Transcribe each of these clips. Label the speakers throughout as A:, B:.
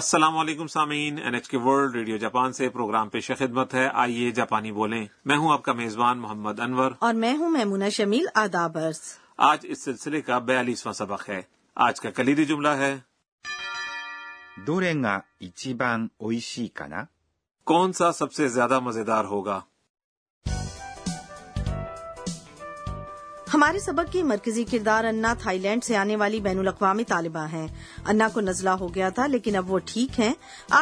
A: السلام علیکم سامعین N H K World Radio Japan سے پروگرام پیش خدمت ہے آئیے جاپانی بولیں میں ہوں آپ کا میزبان محمد انور
B: اور میں ہوں میمونہ شمیل آدابرس
A: آج اس سلسلے کا بیالیسواں سبق ہے آج کا کلیدی جملہ ہے
C: どれが一番美味しいかな
A: کون سا سب سے زیادہ مزیدار ہوگا
B: ہمارے سبق کی مرکزی کردار انا تھائی لینڈ سے آنے والی بین الاقوامی طالبہ ہیں انا کو نزلہ ہو گیا تھا لیکن اب وہ ٹھیک ہیں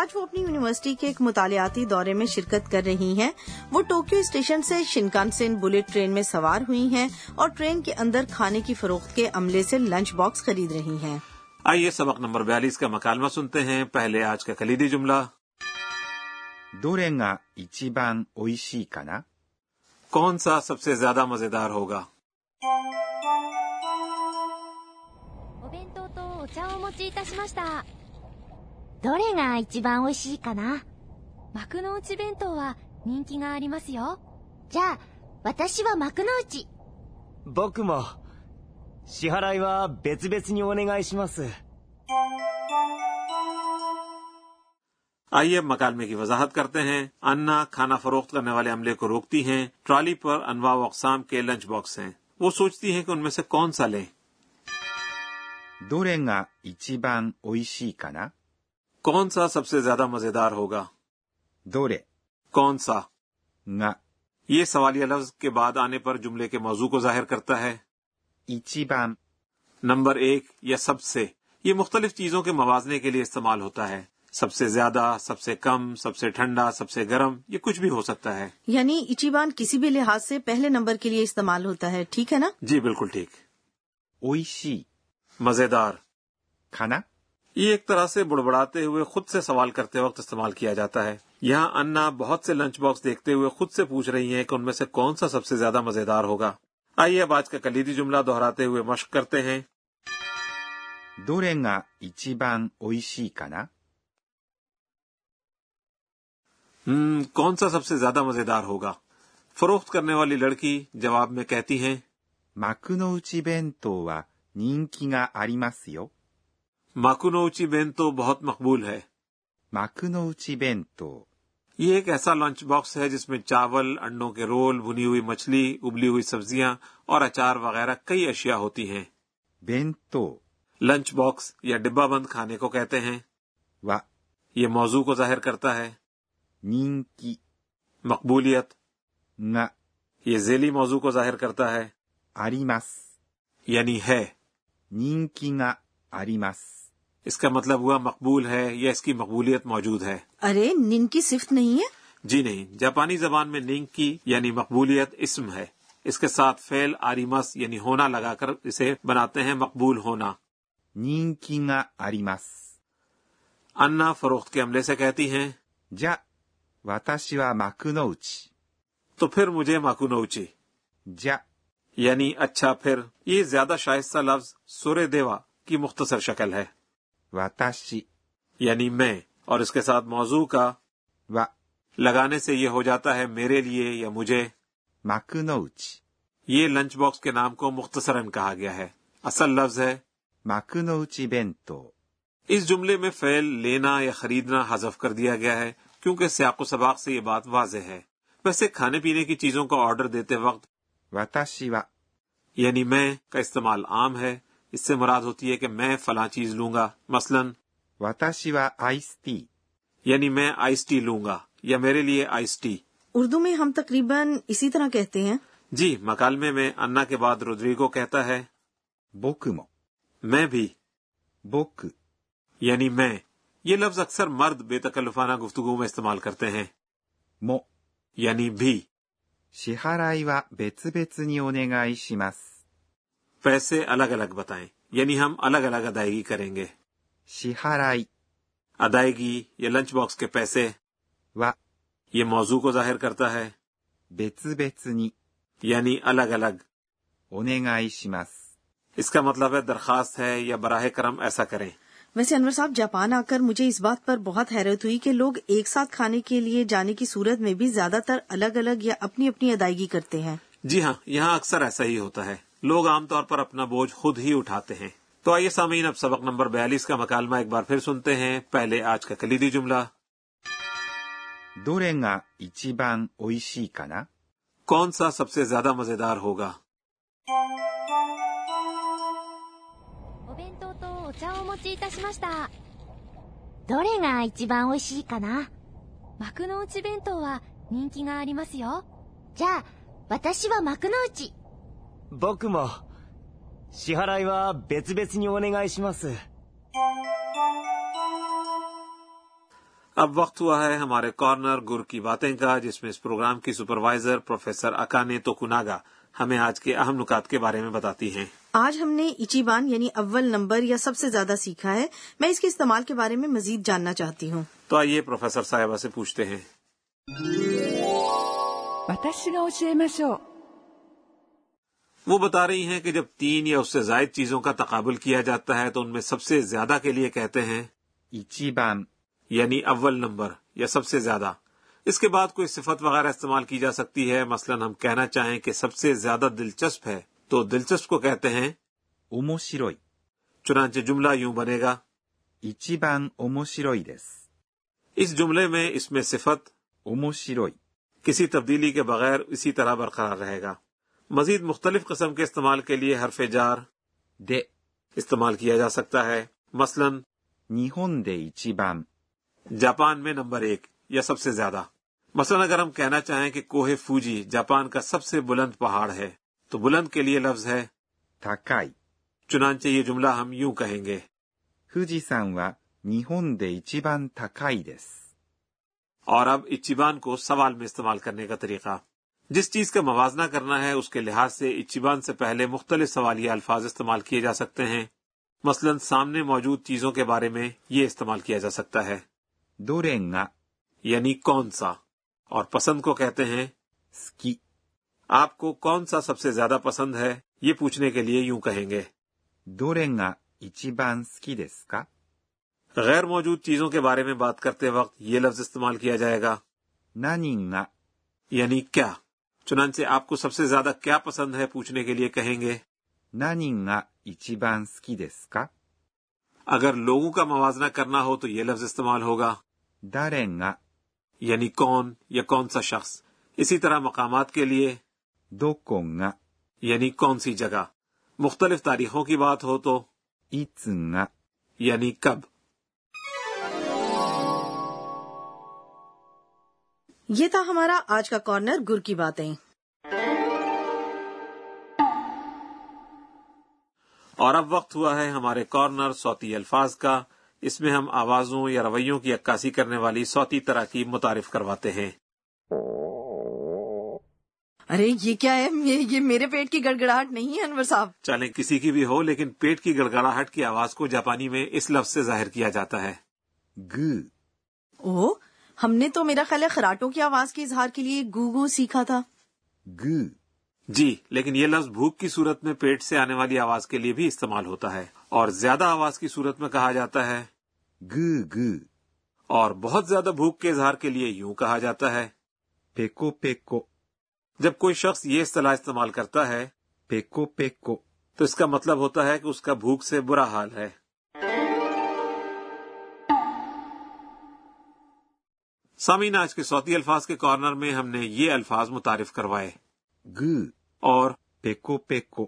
B: آج وہ اپنی یونیورسٹی کے ایک مطالعاتی دورے میں شرکت کر رہی ہیں وہ ٹوکیو اسٹیشن سے شنکانسین بلٹ ٹرین میں سوار ہوئی ہیں اور ٹرین کے اندر کھانے کی فروخت کے عملے سے لنچ باکس خرید رہی ہیں
A: آئیے سبق نمبر بیالیس کا مکالمہ سنتے ہیں پہلے آج کا کلیدی جملہ
C: どれが一番美味しいかな
A: کون سا سب سے زیادہ مزیدار ہوگا
D: お弁当とお茶をお持ちいたしました。どれが一番美味しいかな幕の内弁当は人気がありますよ。じゃあ、私は幕の内。
E: 僕も支払いは別々にお願いします
A: آئیے اب مکالمے کی وضاحت کرتے ہیں انا کھانا فروخت کرنے والے عملے کو روکتی ہیں ٹرالی پر انواع و اقسام کے لنچ باکس ہیں وہ سوچتی ہیں کہ ان میں سے کون سا لیں
C: どれが一番美味しいかな
A: کون سا سب سے زیادہ مزیدار ہوگا
C: どれ
A: کون سا
C: が
A: یہ سوالیہ لفظ کے بعد آنے پر جملے کے موضوع کو ظاہر کرتا ہے
C: 一番
A: نمبر ایک یا سب سے یہ مختلف چیزوں کے موازنے کے لیے استعمال ہوتا ہے سب سے زیادہ سب سے کم سب سے ٹھنڈا سب سے گرم یہ کچھ بھی ہو سکتا ہے
B: یعنی اچیبان کسی بھی لحاظ سے پہلے نمبر کے لیے استعمال ہوتا ہے ٹھیک ہے نا
A: جی بالکل ٹھیک
C: 美味しい
A: مزیدار
C: かな
A: یہ ایک طرح سے بڑبڑاتے ہوئے خود سے سوال کرتے وقت استعمال کیا جاتا ہے یہاں انا بہت سے لنچ باکس دیکھتے ہوئے خود سے پوچھ رہی ہیں کہ ان میں سے کون سا سب سے زیادہ مزیدار ہوگا آئیے اب آج کا کلیدی جملہ دہراتے ہوئے مشق کرتے ہیں
C: どれが一番美味しいかな
A: ہم، کون سا سب سے زیادہ مزیدار ہوگا فروخت کرنے والی لڑکی جواب میں کہتی ہیں
C: 幕の内弁当は人気がありますよ
A: ماکونوچی بین تو بہت مقبول ہے
C: 幕の内弁当
A: یہ ایک ایسا لنچ باکس ہے جس میں چاول انڈوں کے رول بھنی ہوئی مچھلی ابلی ہوئی سبزیاں اور اچار وغیرہ کئی اشیاء ہوتی ہیں
C: 弁当
A: لنچ باکس یا ڈبہ بند کھانے کو کہتے ہیں
C: は
A: یہ موضوع کو ظاہر کرتا ہے
C: 人気
A: مقبولیت
C: が
A: یہ ذیلی موضوع کو ظاہر کرتا ہے
C: あります。
A: یعنی ہے
C: 人気があります。
A: اس کا مطلب ہوا مقبول ہے یا اس کی مقبولیت موجود ہے
B: ارے نن کی صفت نہیں ہے
A: جی نہیں جاپانی زبان میں لنگ کی یعنی مقبولیت اسم ہے اس کے ساتھ فعل آریمس یعنی ہونا لگا کر اسے بناتے ہیں مقبول ہونا
C: 人気があります。
A: انا فروخت کے عملے سے کہتی ہیں
C: じゃ、私は幕の内。
A: تو پھر مجھے ماکونوچی
C: じゃ、
A: یعنی اچھا پھر یہ زیادہ شائستہ لفظ سورے دیوا کی مختصر شکل ہے
C: 私
A: یعنی میں اور اس کے ساتھ موضوع کا
C: は
A: لگانے سے یہ ہو جاتا ہے میرے لیے یا مجھے
C: 幕の内。
A: یہ لنچ باکس کے نام کو مختصراً کہا گیا ہے اصل لفظ ہے
C: 幕の内弁当。
A: اس جملے میں فعل لینا یا خریدنا حذف کر دیا گیا ہے کیونکہ سیاق و سباق سے یہ بات واضح ہے ویسے کھانے پینے کی چیزوں کا آرڈر دیتے وقت
C: 私は
A: یعنی میں کا استعمال عام ہے اس سے مراد ہوتی ہے کہ میں فلاں چیز لوں گا مثلا
C: 私はアイスティー。
A: یعنی میں آئس ٹی لوں گا یا میرے لیے آئس ٹی
B: اردو میں ہم تقریباً اسی طرح کہتے ہیں
A: جی مکالمے میں انا کے بعد رودریگو کہتا ہے
C: 僕も。
A: میں بھی
C: 僕
A: یعنی میں یہ لفظ اکثر مرد بے تکلفانہ گفتگو میں استعمال کرتے ہیں
C: も。
A: یعنی بھی
C: 支払いは別々にお願いします。
A: پیسے الگ الگ بتائیں یعنی ہم الگ الگ ادائیگی کریں گے
C: 支払い
A: ادائیگی یا لنچ باکس کے پیسے
C: は
A: یہ موضوع کو ظاہر کرتا ہے
C: 別々に
A: یعنی الگ الگ
C: お願いします。
A: اس کا مطلب ہے درخواست ہے یا براہ کرم ایسا کریں
B: ویسے انور صاحب جاپان آ کر مجھے اس بات پر بہت حیرت ہوئی کہ لوگ ایک ساتھ کھانے کے لیے جانے کی صورت میں بھی زیادہ تر الگ الگ یا اپنی اپنی ادائیگی کرتے ہیں
A: جی ہاں یہاں اکثر ایسا ہی ہوتا ہے لوگ عام طور پر اپنا بوجھ خود ہی اٹھاتے ہیں تو آئیے سامعین اب سبق نمبر بیالیس کا مکالمہ ایک بار پھر سنتے ہیں پہلے آج کا کلیدی جملہ
C: どれが一番美味しいかな
A: کون سا سب سے زیادہ مزیدار ہوگا
D: お弁当とお茶をお持ちいたしましたどれが一番美味しいかな幕の内弁当は人気がありますよじゃあ私は幕の内
E: 僕も支払いは別々にお願いします
A: اب وقت ہوا ہے ہمارے کارنر گر کی باتیں کا جس میں اس پروگرام کی سپروائزر پروفیسر اکانے توکناگا ہمیں آج کے اہم نکات کے بارے میں بتاتی ہیں
B: آج ہم نے ایچیبان یعنی اول نمبر یا سب سے زیادہ سیکھا ہے میں اس کے استعمال کے بارے میں مزید جاننا چاہتی ہوں
A: تو آئیے پروفیسر صاحبہ سے پوچھتے ہیں
F: 私が教えましょう
A: وہ بتا رہی ہیں کہ جب تین یا اس سے زائد چیزوں کا تقابل کیا جاتا ہے تو ان میں سب سے زیادہ کے لیے کہتے ہیں
C: 一番
A: یعنی اول نمبر یا سب سے زیادہ اس کے بعد کوئی صفت وغیرہ استعمال کی جا سکتی ہے مثلا ہم کہنا چاہیں کہ سب سے زیادہ دلچسپ ہے تو دلچسپ کو کہتے ہیں
C: 面白い
A: چنانچہ جملہ یوں بنے گا
C: 一番面白いです
A: اس جملے میں اس میں صفت
C: 面白い
A: کسی تبدیلی کے بغیر اسی طرح برقرار رہے گا مزید مختلف قسم کے استعمال کے لیے حرف جار
C: で
A: استعمال کیا جا سکتا ہے مثلا
C: 日本で一番
A: جاپان میں نمبر ایک یا سب سے زیادہ مثلا اگر ہم کہنا چاہیں کہ کوہ فوجی جاپان کا سب سے بلند پہاڑ ہے تو بلند کے لیے لفظ ہے
C: 高い
A: چنانچہ یہ جملہ ہم یوں کہیں گے
C: 富士山は日本で一番高いです。
A: اور اب اچیبان کو سوال میں استعمال کرنے کا طریقہ جس چیز کا موازنہ کرنا ہے اس کے لحاظ سے اچیبان سے پہلے مختلف سوالیہ الفاظ استعمال کیے جا سکتے ہیں مثلا سامنے موجود چیزوں کے بارے میں یہ استعمال کیا جا سکتا ہے
C: どれが
A: یعنی کون سا اور پسند کو کہتے ہیں
C: 好き
A: آپ کو کون سا سب سے زیادہ پسند ہے یہ پوچھنے کے لیے یوں کہیں گے
C: どれが一番好きですか
A: غیر موجود چیزوں کے بارے میں بات کرتے وقت یہ لفظ استعمال کیا جائے گا
C: 何が
A: یعنی کیا چنانچہ آپ کو سب سے زیادہ کیا پسند ہے پوچھنے کے لیے کہیں گے
C: 何が一番好きですか
A: اگر لوگوں کا موازنہ کرنا ہو تو یہ لفظ استعمال ہوگا
C: 誰が
A: یعنی کون یا کون سا شخص اسی طرح مقامات کے لیے
C: どこが
A: یعنی کون سی جگہ مختلف تاریخوں کی بات ہو تو
C: いつが
A: یعنی کب
B: یہ تھا ہمارا آج کا کارنر گر کی باتیں
A: اور اب وقت ہوا ہے ہمارے کارنر صوتی الفاظ کا اس میں ہم آوازوں یا رویوں کی عکاسی کرنے والی صوتی تراکیب متعارف کرواتے ہیں
B: ارے یہ کیا ہے یہ یہ میرے پیٹ کی گڑگڑاہٹ نہیں ہے انور صاحب
A: چاہے کسی کی بھی ہو لیکن پیٹ کی گڑگڑاہٹ کی آواز کو جاپانی میں اس لفظ سے ظاہر کیا جاتا ہے
C: グー
B: او ہم نے تو میرا خیال ہے خراٹوں کی آواز کے اظہار کے لیے گوگو سیکھا تھا
C: グー
A: جی لیکن یہ لفظ بھوک کی صورت میں پیٹ سے آنے والی آواز کے لیے بھی استعمال ہوتا ہے اور زیادہ آواز کی صورت میں کہا جاتا ہے
C: グーグー
A: اور بہت زیادہ بھوک کے اظہار کے لیے یوں کہا جاتا ہے
C: ペコペコ
A: جب کوئی شخص یہ اصطلاح استعمال کرتا ہے
C: ペコペコ
A: تو اس کا مطلب ہوتا ہے کہ اس کا بھوک سے برا حال ہے سامعین آج کے صوتی الفاظ کے کارنر میں ہم نے یہ الفاظ متعارف کروائے
C: グー
A: اور
C: ペコペコ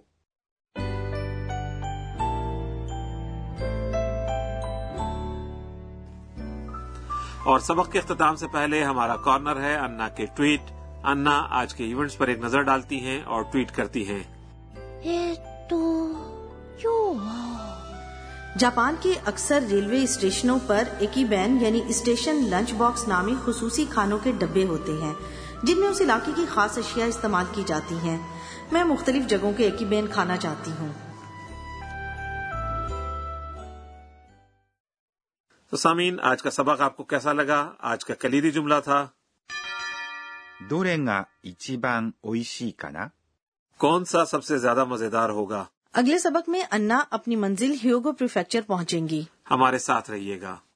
A: اور سبق کے اختتام سے پہلے ہمارا کارنر ہے انا کے ٹویٹ انا آج کے ایونٹس پر ایک نظر ڈالتی ہیں اور ٹویٹ کرتی ہیں
D: えーっと今日は
B: جاپان کے اکثر ریلوے اسٹیشنوں پر ایکی بین یعنی اسٹیشن لنچ باکس نامی خصوصی کھانوں کے ڈبے ہوتے ہیں جن میں اس علاقے کی خاص اشیاء استعمال کی جاتی ہیں میں مختلف جگہوں کے ایکی بین کھانا چاہتی ہوں
A: تو سامعین آج کا سبق آپ کو کیسا لگا آج کا کلیدی جملہ تھا
C: どれが一番美味しいかな
A: کون سا سب سے زیادہ مزیدار ہوگا
B: اگلے سبق میں انا اپنی منزل ہیوگو پریفیکچر پہنچیں گی
A: ہمارے ساتھ رہیے گا